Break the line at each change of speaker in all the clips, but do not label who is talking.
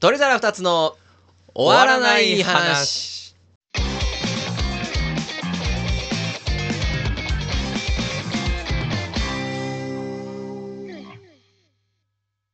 取り皿二つの終わらない話。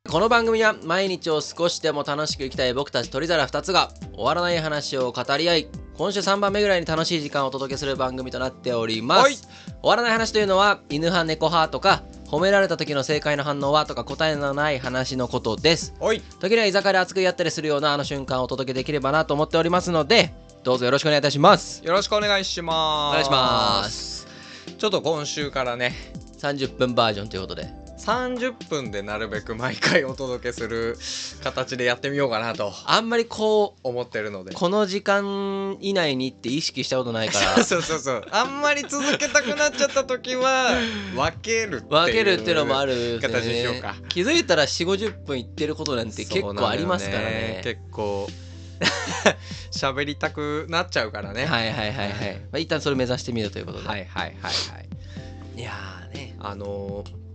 この番組は毎日を少しでも楽しく生きたい僕たち鳥皿二つが終わらない話を語り合い今週3番目ぐらいに楽しい時間をお届けする番組となっております、
はい
終わらない話というのは犬派猫派とか褒められた時の正解の反応はとか答えのない話のことです
おい
時には居酒屋で熱くやったりするようなあの瞬間をお届けできればなと思っておりますのでどうぞよろしくお願いいたします
よろしくお願いしま
お
す
願いします
ちょっと今週からね
30分バージョンということで
30分でなるべく毎回お届けする形でやってみようかなと
あんまりこ
思ってるの
う
で
この 時間以内にって意識したことないか ら
そうそうそうあんまり続けたくなっちゃった時は 分けるっていう
分けるっていうのもあるけど、ね、
形にしようか
気づいたら4 5 0分いってることなんて結構ありますからね
そうなんだよね結 構喋りたくなっちゃうからね
はいはいはいはい、まあ、一旦それ目指してみるということで、
はいはいはいはい
いやーね
あのー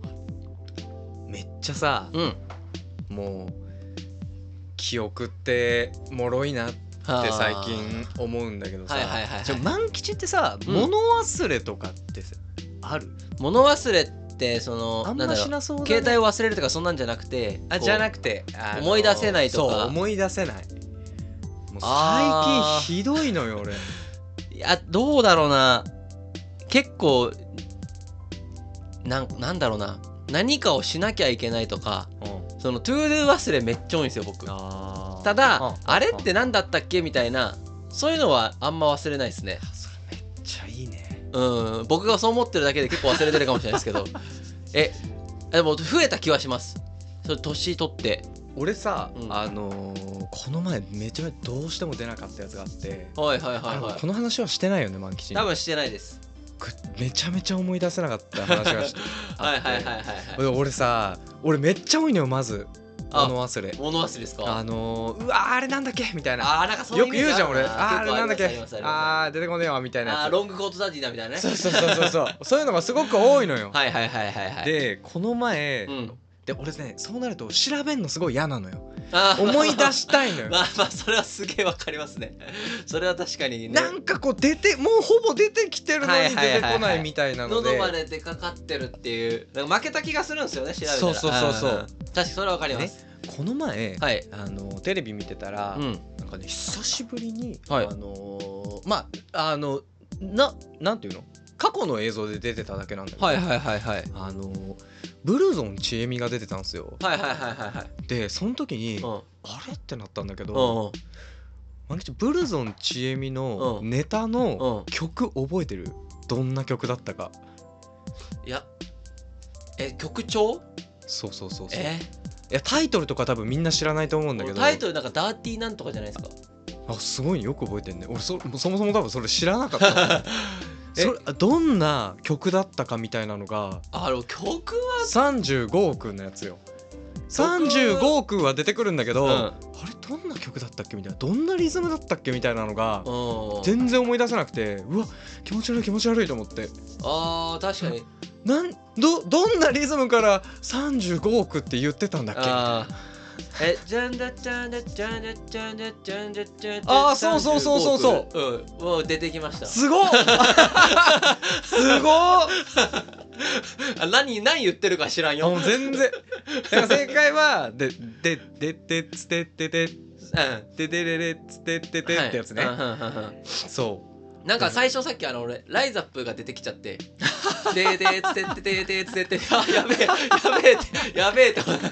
めっちゃさ
うん
もう記憶って脆いなって
はー
最近思うんだけどさ
はいはいはいはい
ちょ万吉ってさ
うん
物忘れとかってさある
物忘れってその
あん
なん
ま
だろう
しなそうだね
携帯を忘れるとかそんなんじゃなくて
あじゃなくてあの
思い出せないとか
そう思い出せないもう
あー
最近ひどいのよ俺
いやどうだろうな結構なんなんだろうな何かをしなきゃいけないとかそのトゥードゥー忘れめっちゃ多いんですよ僕ただ、あれって
めっ
何だったっけみたいなそういうのはあんま忘れないですね
ちゃいいね
うん僕がそう思ってるだけで結構忘れてるかもしれないですけ どえでも増えた気はしますそれ年取って
俺さ、
うん
あのーこの前めちゃめちゃどうしても出なかったやつがあって、
はいはいはい
あの
は
こ
い
の話はしてないよね万吉に
多分してないです
くめちゃめちゃ思い出せなかった話がして
はいはいはい
い
はい はい
俺さ俺めっちゃ多いのよまず
あ
物忘れ
物忘れです
あ
か
のーうわーあれなんだっけみたいな
あーなんかそういう
よく言うじゃん俺あーあれなんだっけ
あ
あー出てこねえわみたいな
あー
やつ
ロングコートダディだみたいなね
そうそうそうそうそうそういうのがすごく多いのよ、
はいはいはいはいはい
でこの前、
うん
で俺ねそうなると調べんのすごい嫌なのよ
あー
思い出したいのよ
まあまあそれはすげえわかりますねそれは確かにね
なんかこう出てもうほぼ出てきてるの
はい
に
はいはいはい
出てこないみたいなので
喉まで出かかってるっていうなんか負けた気がするんですよね調べたら
そうそうそうそうん
んん確かにそれはわかります
この前、
はい
あのテレビ見てたら、
うん
なんかね久しぶりに、
はい
あのーまああのななんていうの過去の映像で出てただけなんだけど、
はいはいはいはい
あのーブルゾンちえみが出てたんですよ
はいはいはいはいはい
でその時に、
うん
あれってなったんだけ
うん
ど、マキちゃんブルゾンちえみの
うん
ネタ
う
の
ん
曲覚えてるどんな曲だったか
いやえ曲調
そうそうそうそう、
え
いやタイトルとか多分みんな知らないと思うんだけど
タイトルなんかダーティーなんとかじゃないですか
あすごいよく覚えてんね俺そそもそも多分それ知らなか った
え
それあどんな曲だったかみたいなのが
あの曲は
35億のやつよ35億は出てくるんだけど、
うん
あれどんな曲だったっけみたいなどんなリズムだったっけみたいなのが
うん
全然思い出せなくてうわ気持ち悪い気持ち悪いと思って
あー確かに
なんどどんなリズムから35億って言ってたんだっけみたいな
あーえじゃんだじゃんだじゃんだじゃんだじゃんだじゃんだ
あーそうそうそうそうそう
うんもう出てきました
すごっすごっ
あ何何言ってるか知らん
いや
よ
もう全然だから正解は「ででででつてってて
う
ででれれつてって
ん
て」ってやつね、
はいうんうんうんうん
そう
なんか最初さっきあの俺ライザップが出てきちゃ って「でーでーつてってでーでーつてってあやべえやべえってやべえ」って思った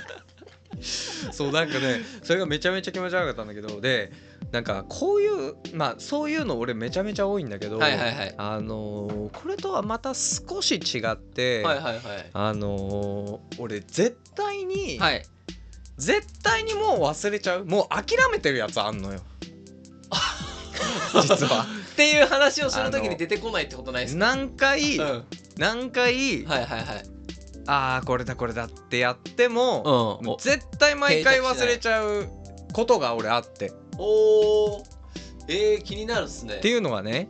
そうなんかねそれがめちゃめちゃ気持ち悪かったんだけどでなんかこういうまあそういうの俺めちゃめちゃ多いんだけど、
はいはいはい
あのーこれとはまた少し違って、
はいはいはい
あのー俺絶対に、
はい
絶対にもう忘れちゃうもう諦めてるやつあ んのよ実は
っていう話をするときに出てこないってことないですか
何回、
うん
何回、
はいはいはい
あーこれだこれだってやっても、
うんお
絶対毎回忘れちゃうことが俺あってっ
おーえー、気になるっすね
ていうのはね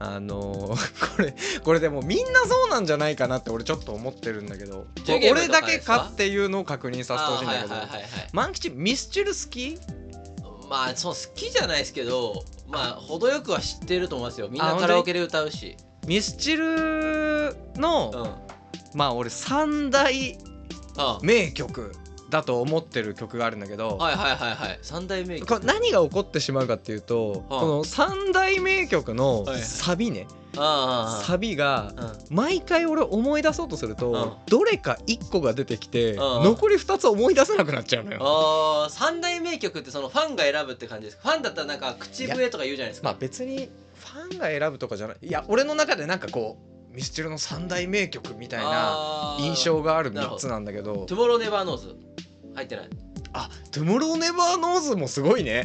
あのーこれこれでもみんなそうなんじゃないかなって俺ちょっと思ってるんだけど
ジェゲーム
俺
とか
だけかっていうのを確認させてほしいんだけど
あーはいはいはいはい
万吉ミスチル好き
まあそう好きじゃないですけどまあ程よくは知ってると思いますよみんな
あ
カラオケで歌うし
ミスチル
うん
の
あ
まあ俺三大
あ
名曲だと思ってる曲があるんだけど
はいはいはいはい三大名
こ
曲
れ何が起こってしまうかっていうと
はあ
この三大名曲の
はい
サビね
ああ
サビが
ああ
毎回俺思い出そうとするとどれか1個が出てきて
ああ
残り2つ思い出せなくなっちゃうのよ。
あー三大名曲ってそのファンが選ぶって感じですかファンだったらなんか口笛とか言うじゃないです
ま
か
あ別にファンが選ぶとかじゃないいや俺の中でなんかこうミスチルの三大名曲みたいな
あー
印象がある
なるほ
3
ど
つなんだけど
「トゥモローネバーノーズ」入ってない
あトゥモローネバーノーズもすご いね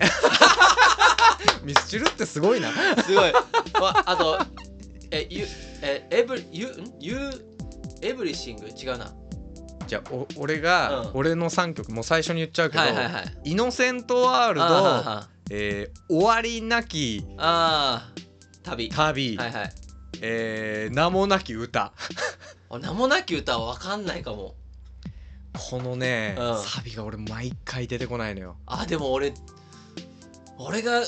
ミスチルってすごいな
す ごい、まあとえゆえエブリゆんゆエブリシング違うな
じゃあお俺が、
うん
俺の3曲もう最初に言っちゃうけど、
はいはいはい
イノセントワール
あーはー
ド、
はー
えー終わりなき
あー旅
旅、
はいはい
えー名もなき歌
あ名もなき歌は分かんないかも
このね、
うん
サビが俺毎回出てこないのよ
あでも俺俺が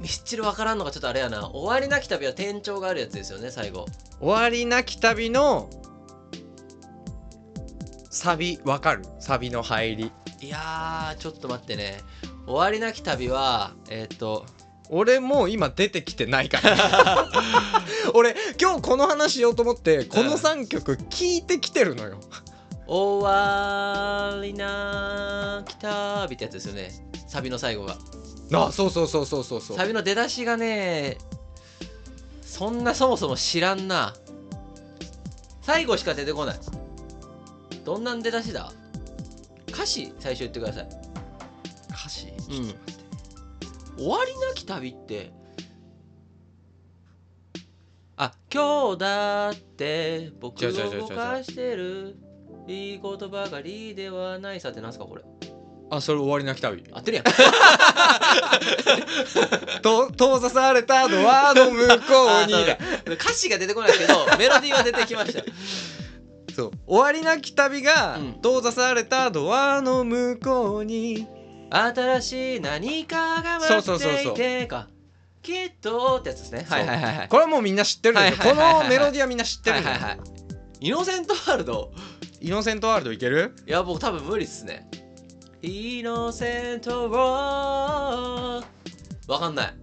ミスチル分からんのがちょっとあれやな終わりなき旅は転調があるやつですよね最後
終わりなき旅のサビわかるサビの入り
いやーちょっと待ってね終わりなき旅はえーっと
俺もう今出てきてないから 俺今日この話しようと思ってこの3曲聞いてきてるのよ
終わりなき旅ってやつですよねサビの最後が
あそうそうそうそうそうそう
サビの出だしがねそんなそもそも知らんな最後しか出てこないどんなん出だしだ歌詞最初言ってください
歌詞
うん終わりなき旅ってあ今日だって僕
違
を
う違う違う違
動
う
かしてるいいことばかりではないさってなんすかこれ
あそれ終わりなき旅
合ってるやん
と遠ざされたのはの向こうに
あ
だ
そう歌詞が出てこないけどメロディーは出てきました
そう終わりなき旅が
うん
遠ざされたドアの向こうに
新しい何かが待
そうそうそう
って
そう
いてかきっとってやつですね
そう
はいはいはい
これはもうみんな知ってるでしょ
はい
こ
はいはいはい
のメロディーはみんな知ってる
はい
のよ
はいはいイノセントワールド
イノセントワールドいける
いや僕多分無理っすねイノセントワールドわかんな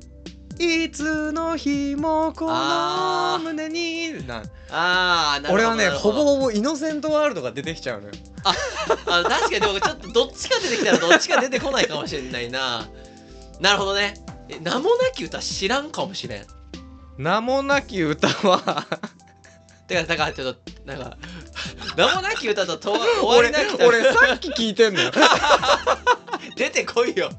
い
いつの日もこの
あー
胸になん
あーなるほ
俺
ど
はね
なる
ほ
ど
ぼほぼイノセントワールドが出てきちゃうのよ
あ確かにでもちょっとどっちか出てきたらどっちか出てこないかもしれないななるほどねえ名もなき歌知らんかもしれん
名もなき歌は
てかだからちょっとなんか名もなき歌とと 終わ
俺
りなき旅
俺さっき聞いて んのよ
出てこいよ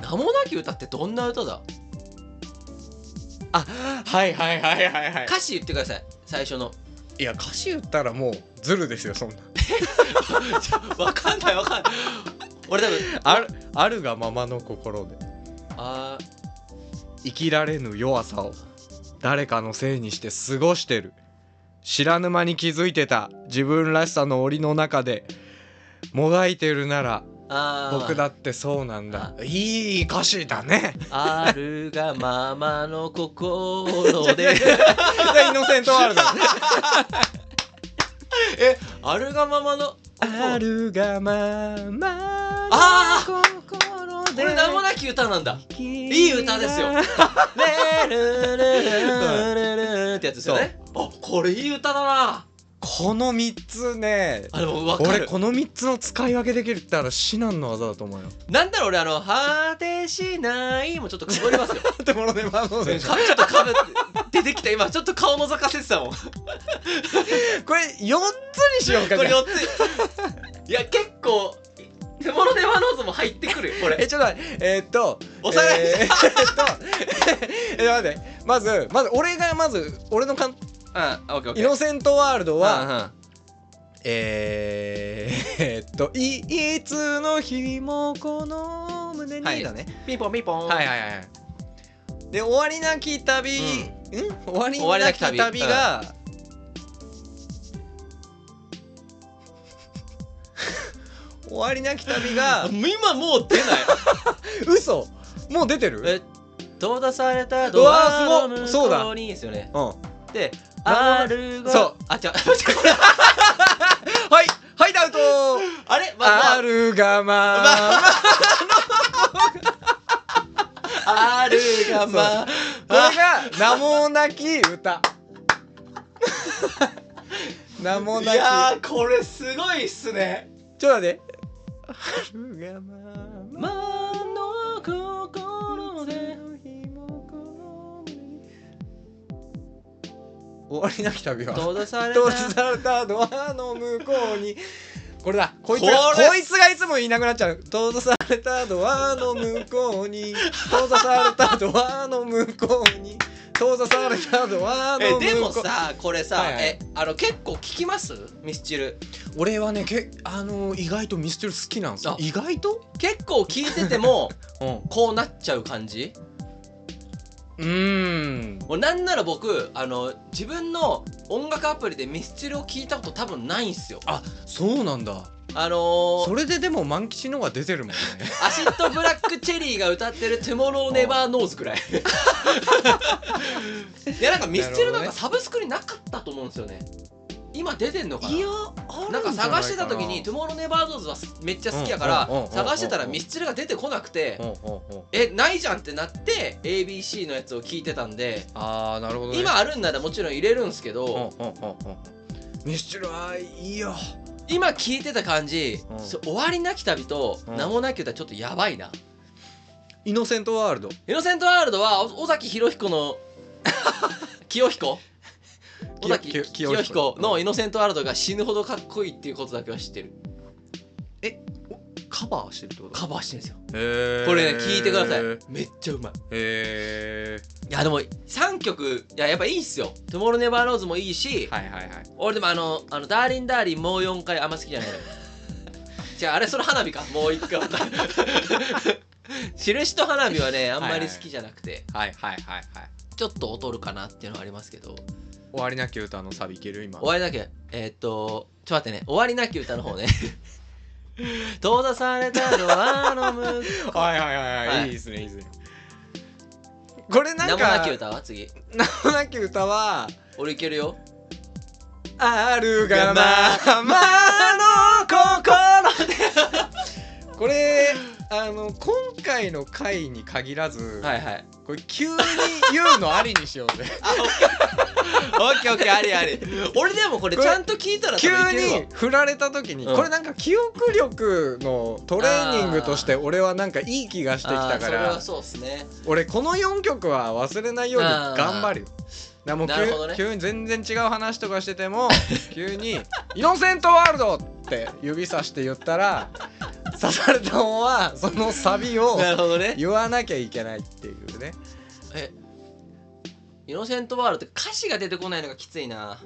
名もなき歌ってどんな歌だ
あはいはいはいはいはい
歌詞言ってください最初の
いや歌詞言ったらもうズルですよそんな
ちょわかんないわかんない俺多分
あるあるがままの心で
あ
生きられぬ弱さを誰かのせいにして過ごしてる知らぬ間に気づいてた自分らしさの檻の中でもがいてるなら
ーあー
僕だってそうなんだいい歌詞だね
あるがままの心 で
イノセントワールド
あるがままの
あるがまま
あ
の心で
これ名もなき歌なんだ
い
い歌ですよレルルルルルってやつですよねあこれいい歌だな
この3つね
あでも分か
俺
る
この3つの使い分けできるって言ったら至難の技だ と思うよ
なんだろう俺あの「果てしない」もちょっとかぶります よ
ところでまあそう
かちょっとかぶって出てきた今ちょっと顔のぞかせてたもんこ
これ4つにしようか
れ
じゃあ
4ついや結構「手物でワノーズ」も入ってくるよこれ
えちょっと待ってえーっと
おさらい
えーえ ーっとえ待ってまずまず俺がまず俺のかん
あオッケーオッケ
イ
ー
ノセントワールドは、
は
えー、えーっといいつの日もこの胸に、
はい
だね
ピンポンピンポン
はいはいはいで終わりなき旅、ん、終
終
わ
わり
りな
な
き
き
旅
旅
が、 終わりなき旅 が
もう今もう出ない
嘘もう出てる
え閉ざされた
う
ド
わー
アの
すご
向
い
こうにですよね
うん
で
な
あ
る
る
ほど
が
そう
あ違う
はいはいダウト
あれまあ
あるがま
まああるが まあ
これが名もなき歌名も
い
なき
やーこれすごいっすね
ちょっと待って春がまま
魔の心 で
終わりなき旅は
閉ざされた
閉じされたドアの向こうにこれだこいつが
これ
こいつがいつも言いなくなっちゃう閉ざされたドアの向こうに閉ざされたドアの向こうに閉ざされたドア
え
の向こう
でもさこれさ、
はいはい
えあの結構聞きますミスチル
俺はねけあのー意外とミスチル好きなんですよ
あ
意外と
結構聞いてても
うん
こうなっちゃう感じ
うーん
もうなんなら僕あの自分の音楽アプリでミスチルを聞いたこと多分ないんすよあ
あそうなんだ
の
そ
ー、
れででも万吉のが出てるもんね
アシッドブラックチェリーが歌ってる「トゥモローネバーノーズ」 くらいいやなんかミスチルなんかサブスクになかったと思うんですよね今出てんのかななんか探してた時に「トゥモローネバーノーズ」はめっちゃ好きやか
うんうんうんうん
ら
うん
探してたらミスチルが出てこなくて
うんうんうん
えないじゃんってなって ABC のやつを聞いてたんで
ああなるほど、ね、
今あるんならもちろん入れるんすけ
うんうん
ど
うんうんミスチルはいいよ
今聞いてた感じ
うん
そう終わりなき旅と
うん
名もなき歌ちょっとやばいな
イノセントワールド
イノセントワールドはお尾崎博彦の 清彦尾
清
崎
清
清
清
彦
彦
のイノセントワールドが死ぬほどかっこいいっていうことだけは知ってる
カバーしてるってこ
カバーしてるんですよ
へえ
これね聞いてください
へ
めっちゃうまい
え
いやでも3曲いややっぱいいっすよ「トゥモローネバーローズ」もいいし
はいはいはい
俺でもあの「あのダーリンダーリン」もう4回あんま好きじゃない 違うあれその花火かもう1回 印と花火はねあんまり好きじゃなくて、
はいはいはいはい
ちょっと劣るかなっていうのはありますけど
終わりなき歌のサビいける今
終わりなきえーっとちょっと待ってね終わりなき歌の方 ね遠ざされたドアの向
はいはいはいはい、
はい
い、いですねいいですねこれなん
名
か
もなき歌は次
名もなき歌は
俺いけるよ
あるがまま
の心で
これあの今回の回に限らず、
はいはい
これ急に言うのありにしようぜ
あオッケーオッケーオッケーありあり俺でもこれ
こ
ち
れ
ゃんと聞いたら多
急
分いけるわ
に振られた時に、
うん
これなんか記憶力のトレーニングとして俺はなんかいい気がしてきた
あー
か
それ
ら
はそうっすね
俺この4曲は忘れないように頑張るよだからもう急
なるほどね
急に全然違う話とかしてても急に「イノセントワールド!」って指さして言ったら刺された方はそのサビ を
なるほどね
言わなきゃいけないっていうね
えイノセントワールドって歌詞が出てこないのがきついな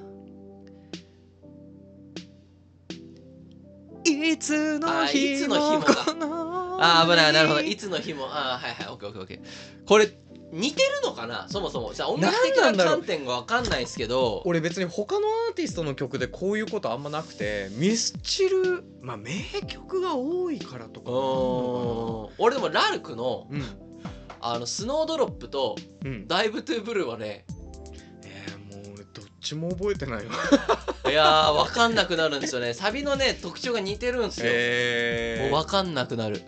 いつの
あーい
日
つの日
も
も
こ
か
の
あー危ないなるほどいつの日もあーはいはいオッケーオッケーオッケーこれ似てるのかなそもそもじゃあ音楽的
な
なん
なんだろう
観点がわかんないですけど
俺別に他のアーティストの曲でこういうことあんまなくてミスチルまあ名曲が多いからとかも
おー俺でもラルクの
あんのかな
あのスノードロップと
うんうん
ダイブトゥーブルーはね
えー、もう俺どっちも覚えてないわ
いやーわかんなくなるんですよねサビのね特徴が似てるんですよ、
え
もうわかんなくなる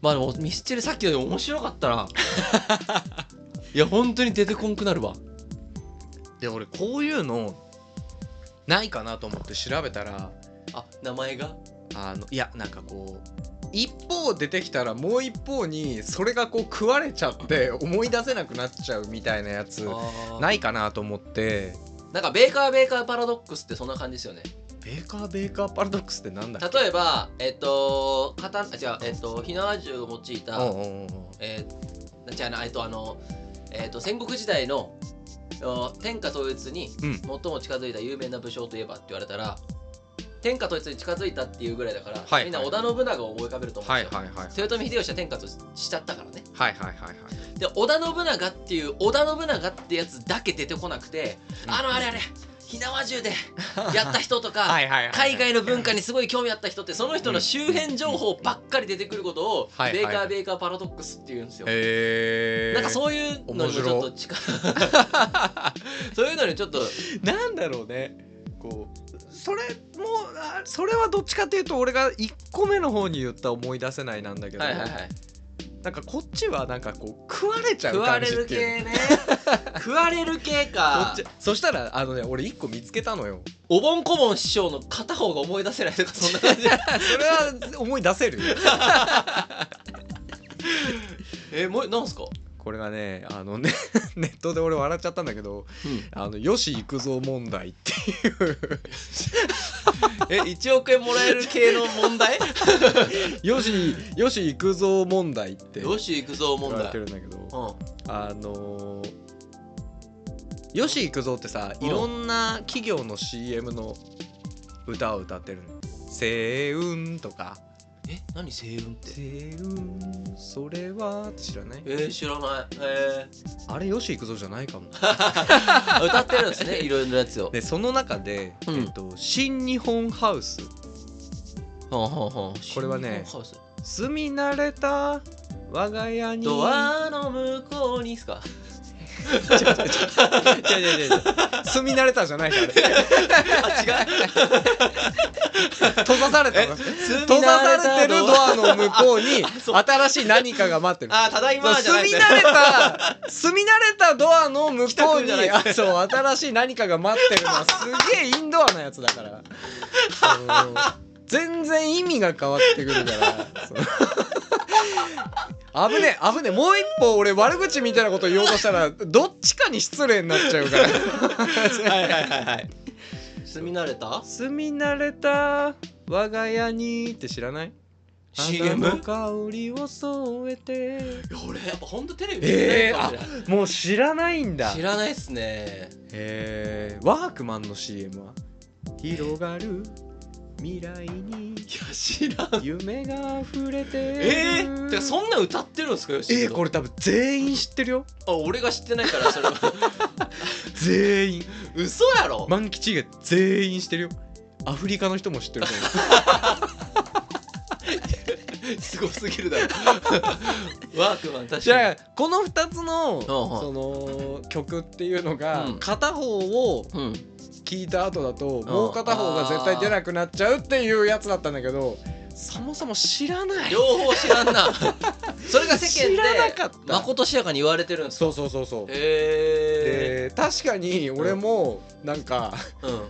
まあでもミスチルさっきより面白かったな いや本当に出てこんくなるわ
で俺こういうのないかなと思って調べたら
あ名前が
あのいやなんかこう一方出てきたらもう一方にそれがこう食われちゃって思い出せなくなっちゃうみたいなやつ
な
ないかなと思って
なんかベーカーベーカーパラドックスってそんな感じですよね
ベーカーベーカーパラドックスってなんだっけ
例えばえっ、と片あ違うえっ、と火縄銃を用いた、
うんうんうんうん
えー、違うなえっ、とあのえっ、と戦国時代のお天下統一に
うん
最も近づいた有名な武将といえばって言われたら、天下統一に近づいたっていうぐらいだから、
はい
みんな織田信長を思い浮かべると思うん
は
で
い
すよ、
はいはい
豊臣秀吉は天下としちゃったからね
はいはいはいはい
で織田信長っていう織田信長ってやつだけ出てこなくて、
うん
あのあれあれ火縄銃で やった人とか
はいはいはい
海外の文化にすごい興味あった人ってその人の周辺情報ばっかり出てくることを
はい
ベーカ
は
ー
い
ベーカーパラドックスって言うんですよ。
へえ
なんかそういうのにもちょっと近いそういうのにちょっと
なんだろうねこうそれもあそれはどっちかっていうと俺が1個目の方に言った思い出せないなんだけど、
はいはいはい
なんかこっちはなんかこう食われちゃ
食
う
わ
感
れ
じっ
る
ていう
系
の
ね食われる系か
こっちそしたらあのね俺1個見つけたのよ
おぼんこぼん師匠の片方が思い出せないとかそんな感じ
それは思い出せるよ
えもうなんすか、
これがねあのね ネットで俺笑っちゃったんだけどあのよし行くぞ問題っていう
え1億円もらえる系の問題
よしよし行くぞ問題って
よし行くぞ
言
問
われ
題
てるんだけど
うん
あのーよし行くぞってさ
うん
いろんな企業の CM の歌を歌ってるの「星雲」とか
え何星雲っ
「
て
星雲それは」って知らない
えー、知らないえ
あれよし行くぞじゃないかも
ー、 歌ってるんですねいろいろなやつを
でその中で、
うん
えっと「新日本ハウス」
ほんほんほん
これはね
新日本ハウス
「住み慣れた我が家に」
ドアの向こうにっすか
いやいやいやいや住み慣れたじゃないから
あ違う
閉ざされたの
住み慣
閉ざされてるドアの向こうに
あそう
新しい何かが待ってる
あただいまじゃ
住
な
み
い
慣れた住み慣れたドアの向
北
こう
区
に
じゃない
あそう新しい何かが待ってるのはすげえインドアなやつだからうん全然意味が変わってくるからそう危ねえ危ねえもう一歩俺悪口みたいなこと言おうとしたらどっちかに失礼になっちゃうから
はいはいはいはい住み慣れた
住み慣れた我が家にって知らない花
CM?
の香りを添えて
いや俺やっぱほんとテレビ見
え
てな
ー
いかもしれない
もう知らないんだ
知らないっすね
えー、ワークマンの CM は広がる未来に
いや知らん
夢が溢れてる
えー、てかそんなん歌ってるんですかよし
えー、これ多分全員知ってるよ
あ俺が知ってないからそれは
全員
嘘やろ、
満吉が全員知ってるよアフリカの人も知ってると思
すごすぎるだろ ワークマン確かに
うじゃあこの2つ
ん
の
うん
その曲っていうのが
うん
片方を
うん
聞いた後だともう片方が絶対出なくなっちゃうっていうやつだったんだけどそもそも知らない
両方知らんな それが世間
知らな
で
かった
まことしやかに言われてるんです
そうそうそうそう
へえ
で確かに俺もなんか、
ー、うん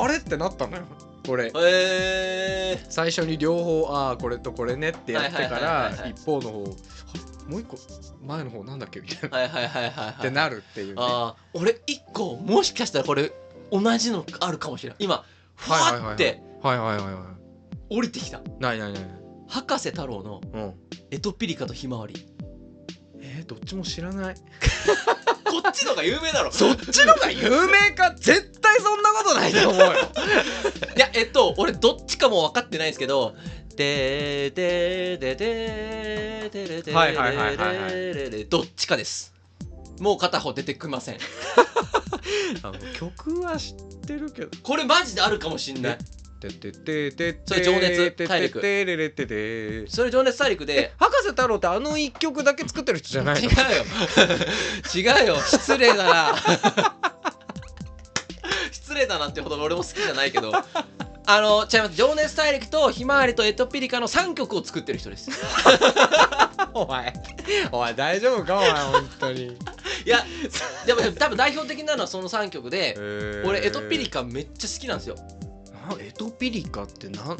あれってなったのよこれ
え
最初に両方ああこれとこれねってやってか
はいはいはいはい
ら
はい
一方の方あれもう一個前の方なんだっけみたい
ー、
な
はい
っ
はいはいはいはい
てなるっていうね
あー俺一個もしかしたらこれ同じのあるかもしれない今ふ
はいはいはい
わって
はいはいはいは
降りてきた
いないないない
博士太郎の
うん
エトピリカとひまわり
えー、どっちも知らない
こっちのが有名だろ
そっちのが有名か絶対そんなことないと思う よ
いやえっと俺どっちかも分かってないんですけど「でーでーでーでーでーでーでー
はいはいはいはいはい
でーでーどっちかですもう片方出てきません
あの曲は知ってるけど
これマジであるかもしんない
ててててて
それ情熱
て
体
て
力
てれれてて
それ「情熱大陸で」
博士太郎ってあの一曲だけ作ってる人じゃない
違
の
うよ違うよ失礼 だな失礼だなってほど俺も好きじゃないけどあの違います「情熱大陸」と「ひまわり」と「エトピリカ」の3曲を作ってる人です
お前お前大丈夫かお前本当 に
いやでも多分代表的なのはその3曲で俺エトピリ
カ
カめっちゃ好きなんですよ
エトピリカってなん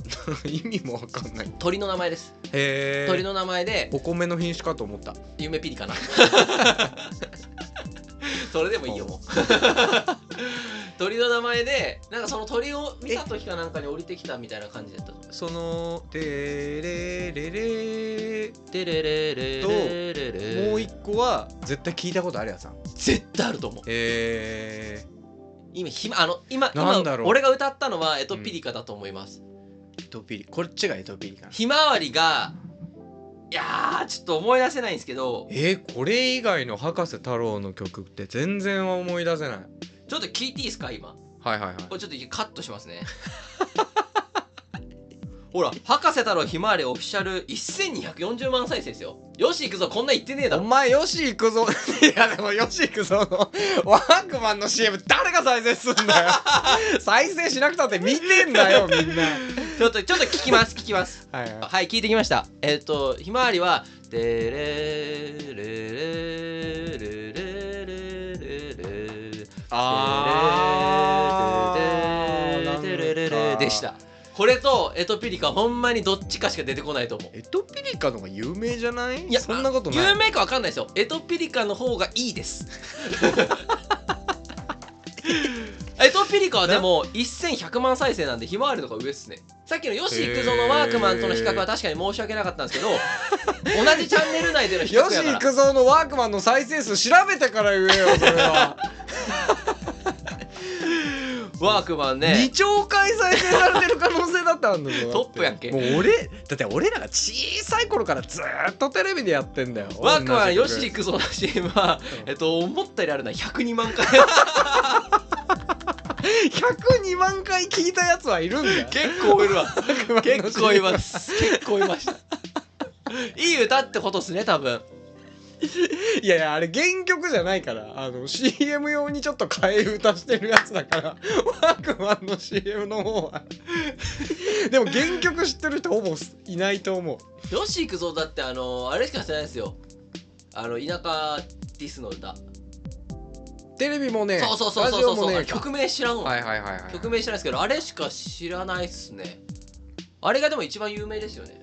意味もわかんない
鳥の名前です
へ
鳥の名前で
お米の品種かと思った
夢ピリかなそれでもいいよもう鳥の名前でなんかその鳥を見た時かなんかに降りてきたみたいな感じだったと
そのでれれれ
でれれれれれれ
もう一個は絶対聞いたことあるやつさん
絶対あると思う
え
今ひまあの今
な
今
んだろう
俺が歌ったのはエトピリカだと思います、
エトピリこっちがエトピリカ
ひまわりがいやーちょっと思い出せないんですけど
えー、これ以外の博士太郎の曲って全然思い出せない
ちょっと聞いていいですか今
はいはいはいはいはいはい
これちょっとカットしますねほら博士太郎ひまわりオフィシャル1240万再生ですよよし行くぞこんな言ってねえだ
お
ろ
前よし行くぞいやでもよし行くぞのワークマンの CM 誰が再生すんだよ再生しなくたって見てんだよみんな
ちょっとちょっと聞きます聞きます
はいはい
はい聞いてきましたえっ、とひまわりは「でれれれれれれれれ
ー
でれれれ
なん
れ
か
でしたこれとエトピリカほんまにどっちかしか出てこないと思う
エトピリカの方が有名じゃない
いや
そんなことない
有名かわかんないですよエトピリカの方がいいです エトピリカはでも1100万再生なんでひまわりの方が上っすねさっきのよし行くぞのワークマンとの比較は確かに申し訳なかったんですけど同じチャンネル内での比較や
よ
か
し
ら
行くぞのワークマンの再生数調べてから言えよそれは、
ワークマン
二
ね
2兆回再生されてる可能性だってあるんだぞだって
トップやんけ
もう俺だって俺らが小さい頃からずーっとテレビでやってんだよ
ワークマンよ
同
し
じ曲
行くぞの CM は、
うん
えっと、思ったよりあるな102万回
102万回聞いたやつはいるんだよ
結構いるわ結構いますす 結構いましたいい歌ってことっすね多分
いやいやあれ原曲じゃないからあの CM 用にちょっと替え歌してるやつだからワークマンの CM の方はでも原曲知ってる人ほぼいないと思う
よし行くぞだってあのあれしかしてないですよあの田舎ディスの歌
テレビもね
そうそうそうそうそうそう
ラジオもね
曲名知らんわ、
はいはいはいはい
曲名知らないですけどあれしか知らないっすねあれがでも一番有名ですよね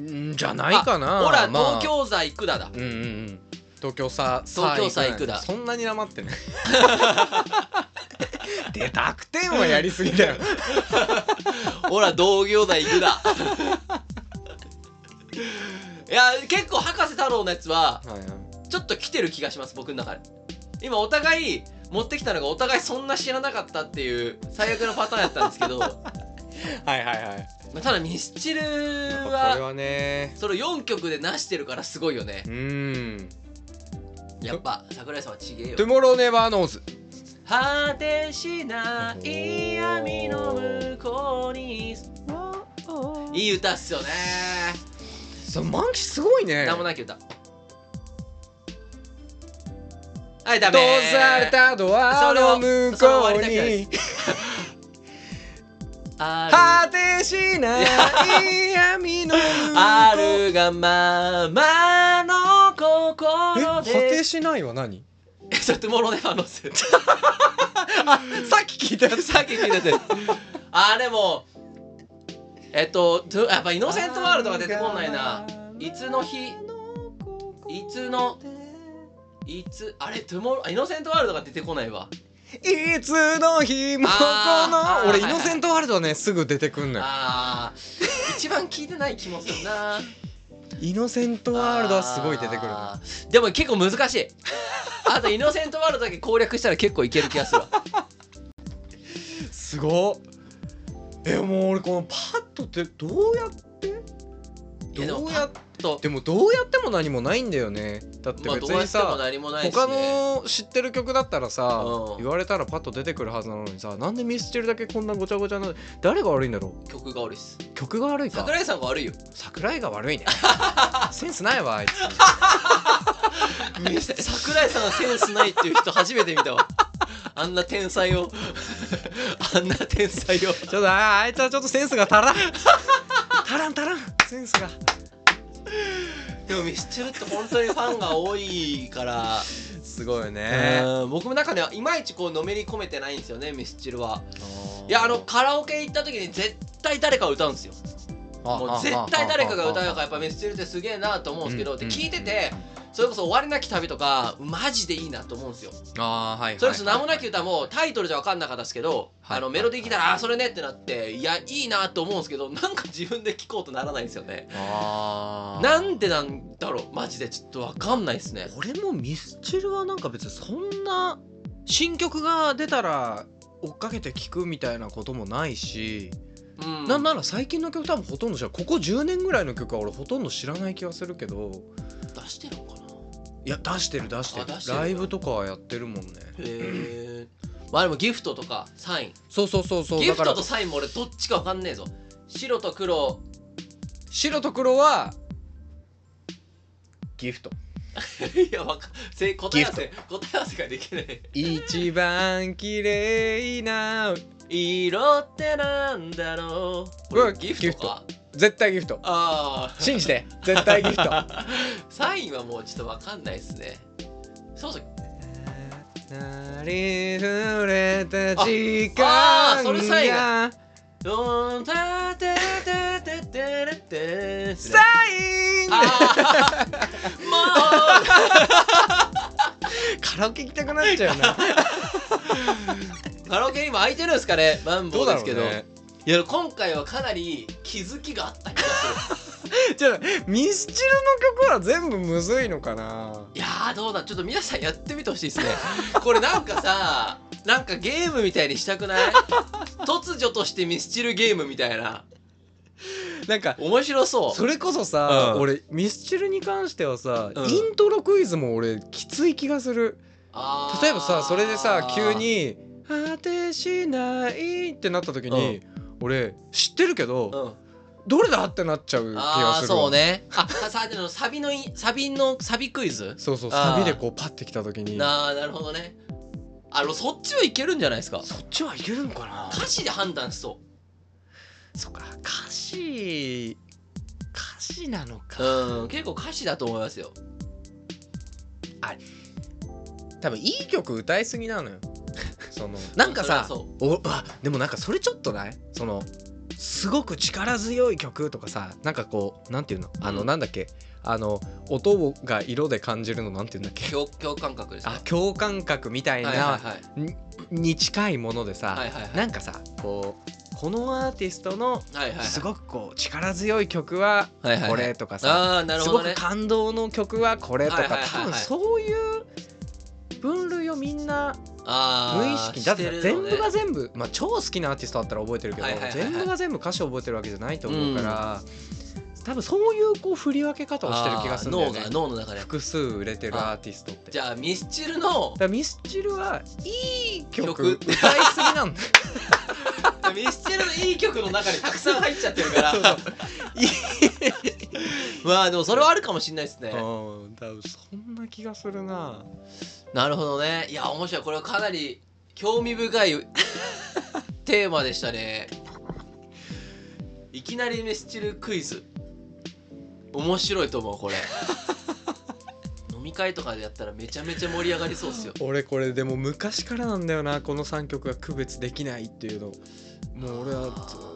んじゃないかな
ほら、
まあ
東京座行くだだ
うんうんうん東京さ
東京さ行くだ
そんなになま ってないで濁点はやりすぎだ よ
ほら同業だ行くだ いや結構博士太郎のやつは
はいはい
ちょっと来てる気がします僕の中で今お互い持ってきたのがお互いそんな知らなかったっていう最悪のパターンやったんですけどま
はいはいはい
あただミスチル
やっぱこれ
は
はね
それを4曲でなしてるからすごいよね
うん
やっぱ桜井さんはちげえよ
トゥモローネバーノーズ
果てしない闇の向こうにいい歌っすよね
そうマンキすごいね
名もなき歌はいダメ
どうされたドアの向
それを
こ
それを終わりた
う
くないで
に
あ
果てしない闇の向こ
る
う
あるがままの
え
心
果
で
てしないは何
え ちょっともろねあの す
さっき聞いたやつ
さっき聞いたやつあーでもえっととやっぱイノセントワールドが出てこないないつの日いつのいつあれトゥモローイノセントワールドが出てこないわ
いつの日もこ
あー
の
は
俺
い
イ
はい
ノセントワールドはねすぐ出てくんのよ
あー一番聞いてない気もするな
イノセントワールドはすごい出てくるの
あーでも結構難しいあとイノセントワールドだけ攻略したら結構いける気がするわ
すごっえもう俺このパッとってどうや
いやでも
どう
パ
やっ
ッと
でもどうやっても何もないんだよねだって
まあ
別
どうや
に
って
さ、
も何もないし、ね、
他の知ってる曲だったらさ、
うん
言われたらパッと出てくるはずなのにさなんでミスチルだけこんなごちゃごちゃな誰が悪いんだろ
曲が悪いっす
う曲が悪いか
桜井さんが悪いよ
桜井が悪いね センスないわあいつ
桜井さんがセンスないっていう人初めて見た わあんな天才 をあんな天才を
ちょっとああいつはちょっとセンスが足らん足らん足らんセンスが
でもミスチルって本当にファンが多いから、
すごいよね
うん僕もなんかねいまいちこうのめり込めてないんですよねミスチルはいやあのカラオケ行った時に絶対誰か歌うんですよもう絶対誰かが歌うからやっぱミスチルってすげえなと思うんですけど、で聞いててそれこそ「終わりなき旅」とかマジでいいなと思うんですよ
あーはいはいはい
それこそ「名もなき歌」もタイトルじゃ分かんなかったですけど、
はい
あのメロディー聞いたら「あーそれね」ってなっていやいいなと思うんですけどなんか自分で聞こうとならないんですよね
あー
なんでなんだろうマジでちょっと分かんないですね
俺もミスチルはなんか別にそんな新曲が出たら追っかけて聴くみたいなこともないし、
うん
なんなら最近の曲多分ほとんど知らないここ10年ぐらいの曲は俺ほとんど知らない気がするけど
出してるのかない
や出してる出してる
あ出してる
ライブとかはやってるもんね
へえまあでもギフトとかサイン
そうそうそうそう
ギ
だ
フ
から
トとサインも俺どっちか分かんねえぞ白と黒
白と黒は ギフト
いやわかせ答え合わ
ギ
せ答え合わせができない
一番綺麗な
色ってなんだろう
う
これ
わ
ギフトか
絶対ギフト
ああ
信じて絶対ギフト
サインはもうちょっと分かんないですねそうそう
なりふれた時間
ああーそれ最後
が
どんたてててててて
サイン
あーも
カラオケ行きたくなっちゃうな
うカラオケ今空いてるんですかねマンボ
どう
ウ
だ
で
ろ
すけ
う
ど
ね
いや今回はかなり気づきがあった気がする
ちょっとミスチルの曲は全部むずいのかない
やーどうだちょっと皆さんやってみてほしいですねこれなんかさなんかゲームみたいにしたくない突如としてミスチルゲームみたいな
なんか
面白そう
それこそさ、
うん
俺ミスチルに関してはさ、
うん
イントロクイズも俺きつい気がする
あー
例えばさそれでさ急に「果てしない」ってなった時に、俺知ってるけど、
うん
どれだってなっちゃう気が
あ
す
あ
るわ
そうねあさあのサビのいサビのサビクイズ
そうそう
あー
サビでこうパッてきた時に
なあなるほどねあのそっちはいけるんじゃないですか
そっちはいけるのかな
歌詞で判断しそ
そっか歌詞歌詞なのか
ううん結構歌詞だと思いますよ
多分いい曲歌いす ぎなのよそのなんかさ
それはそ
おあでもなんかそれちょっとないそのすごく力強い曲とかさなんかこうなんていうのあの、
うん
なんだっけあの音が色で感じるのなんていうんだっ
う
け
共共感覚ですか
あ共感覚みたいな、
はいはいはい
に近いものでさ、
はいはいはい
なんかさこうこのアーティストの
はいはいはい
すごくこう力強い曲は
はいはいはい
これとかさ、
ああなる
す
ほ
ご
ど
く
ね
感動の曲はこれとか、
はいはいはいはい
多分そういう分類をみんな
あ
無
ー
意識だってさ
してる
全
のね
部が全部、まあ、超好きなアーティストだったら覚えてるけど、
はいはいはいはい
全部が全部歌詞覚えてるわけじゃないと思うから、多分そういうこう振り分け方をしてる気がするんだよね
あー脳が脳の中で
複数売れてるアーティストって。
じ
だか
ゃあミスチルの
らミスチルはいい曲
曲
歌いすぎなんだよ
ミスチルのいい曲の中にたくさん入っちゃってるから まあでもそれはあるかもしれないです ね
うん多分そんな気がするな
なるほどねいや面白いこれはかなり興味深 いテーマでしたねいきなりミスチルクイズ面白いと思うこ れ飲み会とかでやったらめちゃめちゃ盛り上がりそうっすよ
俺これでも昔からなんだよなこの3曲が区別できないっていうのもう俺は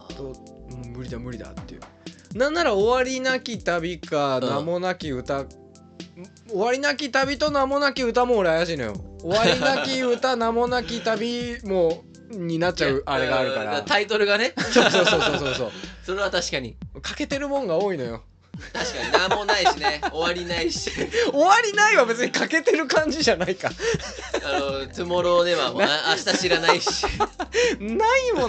ずっともう無理だ無理だっていうなんなら終わりなき旅か
うん
名もなき歌、終わりなき旅と名もなき歌も俺怪しいのよ終わりなき歌名もなき旅もになっちゃうあれがあるか
うん
ら
タイトルがね
そうそうそうそうそうそ
それは確かに
う欠けてるもんが多いのよ
確かに何もないしね終わりないし
終わりないは別に欠けてる感じじゃないか
あの「トゥモロー」ではもうあ明日知らないし
ないもの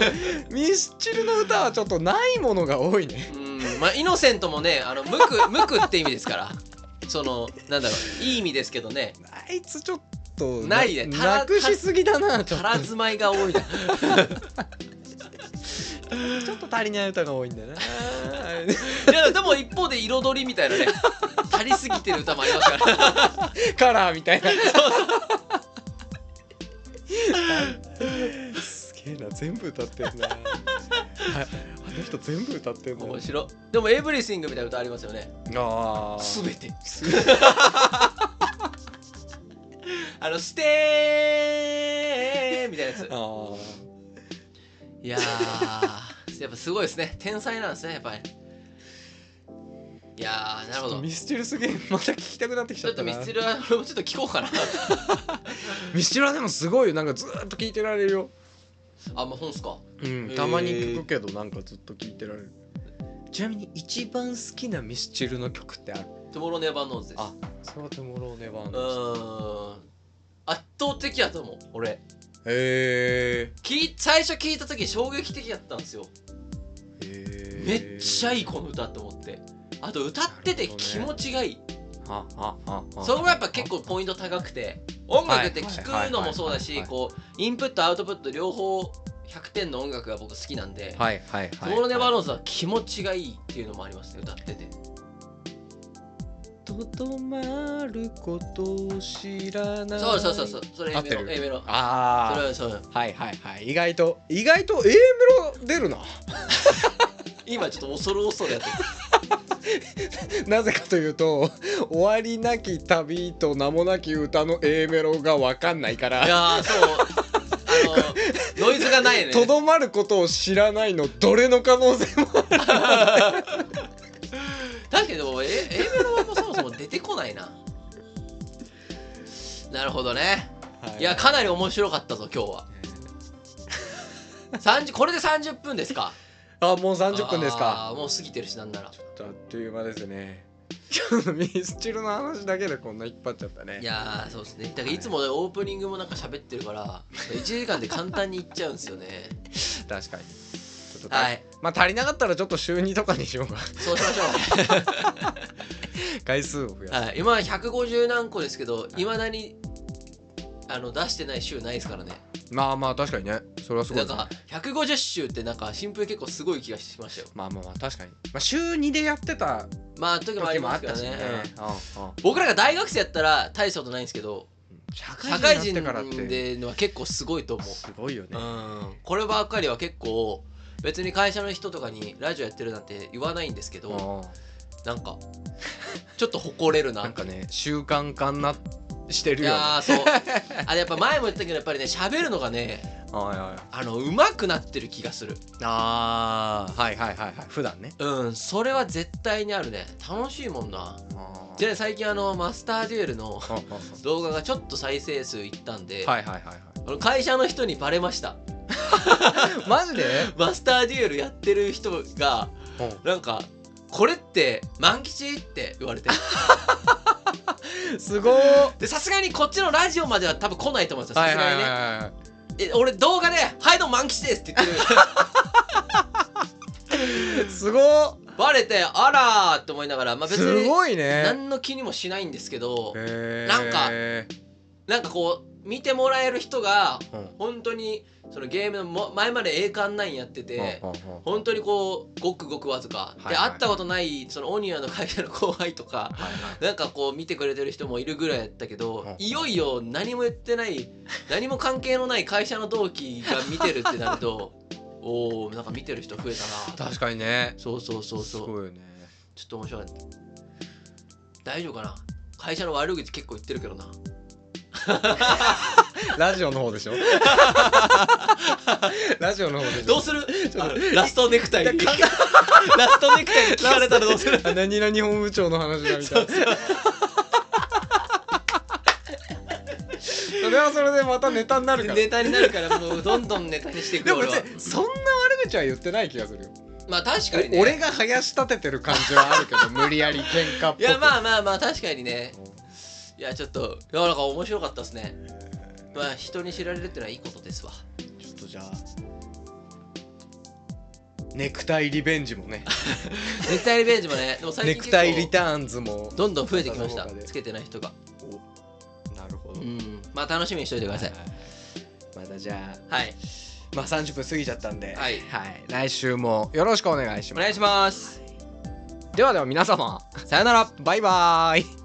ミスチルの歌はちょっとないものが多いね
うんまあイノセントもねあの無垢無垢って意味ですからそのなんだろういい意味ですけど ね
あいつちょっと
ないねたら
なくしすぎだなちょっ
たらずまいが多いな
とちょっと足りない歌が多いんだよな
いやでも一方で彩りみたいなね足りすぎてる歌もありますから
カラーみたいなすげえな全部歌ってんなああの人全部歌ってん
面白いでも「エブリシング」みたいな歌ありますよね
あ
す
ー
べて あの「ステー」みたいなやつ
あー
いやーやっぱすごいですね天才なんですねやっぱりいやーなるほど
ミスチルすげえまた聞きたくなってきち
ち
ゃ
ょ
っ
っと
たな
ミスチルは俺もちょっと聞こうかな
ミスチルはでもすごいよなんかずーっと聞いてられるよ
あまあ本っすか
うん
へー
たまに聞くけどなんかずっと聞いてられるちなみに一番好きなミスチルの曲ってある
トゥモローネバーノーズです
あそれはトゥモローネバ
う
ー
ーん圧倒的やと思う俺
へ
聞い最初聞いた時衝撃的やったんですよ
え
めっちゃいいこの歌って思ってあと歌ってて気持ちがいい、
ああああ
それがやっぱ結構ポイント高くて音楽って聴くのもそうだ
はいはいはいはい
し
はい
こうインプットアウトプット両方100点の音楽が僕好きなんで「
はいはい
ト
はい
ールネバーローズ」は気持ちがいいっていうのもありますね歌ってて
とどまることを知らない
そうそうそうそうそれ
合
A
っ
メ
て
ロ
る
A メロそれ
あ
はそう
あはいはいはい意外と意外と A メロ出るな
今ちょっと恐る恐るやってる
なぜかというと終わりなき旅と名もなき歌の A メロが分かんないか
い
ら
やーそうあのノイズがないね
とどまることを知らないのどれの可能性も
確かにでも A, A メロはもうそもそも出てこないななるほどねいやかなり面白かったぞ今日は30これで30分ですか
あもう30分です
あ
か
ーもう過ぎてるしなんなら
ちょっとあっという間ですねちょっとミスチルの話だけでこんな引っ張っちゃったね
いやーそうですねだからいつもねオープニングもなんか喋ってるから1時間で簡単にいっちゃうんですよね
確かにちょっと足り
はい
まあ足りなかったらちょっと週2とかにしようか
そうしましょ
回数を増や
う、はい、今は150何個ですけどいまだにあの出してない週ないですからね
すまあまあ確かにねそれはすごい
なん
ですね
か150週ってなんか新風結構すごい気がしましたよ
まあまあまあ確かに、まあ、週2でやってた
まあ時もあ
時
り
もあ
ま
っ
すけど
たし
ね
ねうんうん
僕らが大学生やったら大したことないんですけど
社
社
会
会
人
人
になってからって
でのは結構すごいと思う
すごいよね、
うんこればっかりは結構別に会社の人とかにラジオやってるなんて言わないんですけど
うん
なんかちょっと誇れるな
なんかね習慣化になして
い
るよね
やーそうあれやっぱ前も言ったけどやっぱりね喋るのがね
はいはい
あの上手くなってる気がする
あーはいはいはいはい普段ね
うんそれは絶対にあるね楽しいもんな
じゃ
で最近あのマスターデュエルの
あ
動画がちょっと再生数いったんで、
はいはいはいは
あの会社の人にバレました
い マジで
マスターデュエルやってる人がなんかこれって満吉って言われて
すごー
でさすがにこっちのラジオまでは多分来ないと思うんですよさ
はい
す
は
が
い
にね
はいはい
え俺動画で「はいどうも満吉です」って言って
すご
るバレてあらーって思いながらまあ別
す
に
ごいね
何の気にもしないんですけど
へー
なんかなんかこう見てもらえる人が
うん
本当にそのゲームのも前まで栄冠ナインやってて
うんうんうん
本当にこうごくごくわずか
はい
で
はい
会ったことないそのオニアの会社の後輩とか
はいはい
なんかこう見てくれてる人もいるぐらいやったけど、
うん
いよいよ何も言ってない何も関係のない会社の同期が見てるってなると おおんか見てる人増えたな
確かにね
そうそうそう
す
そう
ごいよね
ちょっと面白かった大丈夫かな会社の悪口結構言ってるけどな
ラジオの 方でしょラジオの方でしょ
どうするあのラストネクタイラ ストネクタイ聞かれたらどうする
あ何々本部長の話だみたいな。それはそれでまたネタになるから。
ネタになるからもうどんどんネタにしていく
で
よ
も
俺
別
は
にそんな悪口は言ってない気がするよ。
まあ確かにね
お俺が生やし立ててる感じはあるけど無理やり喧嘩っぽく。
いやまあまあまあ確かにねいやちょっといやなんか面白かったですねまあ人に知られるってのはいいことです わ
ちょっとじゃあネクタイリベンジも ね。
ネクタイリベンジもねでも最
ネ
近
ク
結構
タイリターンズも。
どんどん増えてきました
どんどん増えて
つけてない人が
なるほど
う。んまあ楽しみにしといてください
またじゃあ
はい
まあ30分過ぎちゃったんで。
はい
はい。来週もよろしくお願いし
お
ます
願い。します
ではでは皆様さよならバイバーイ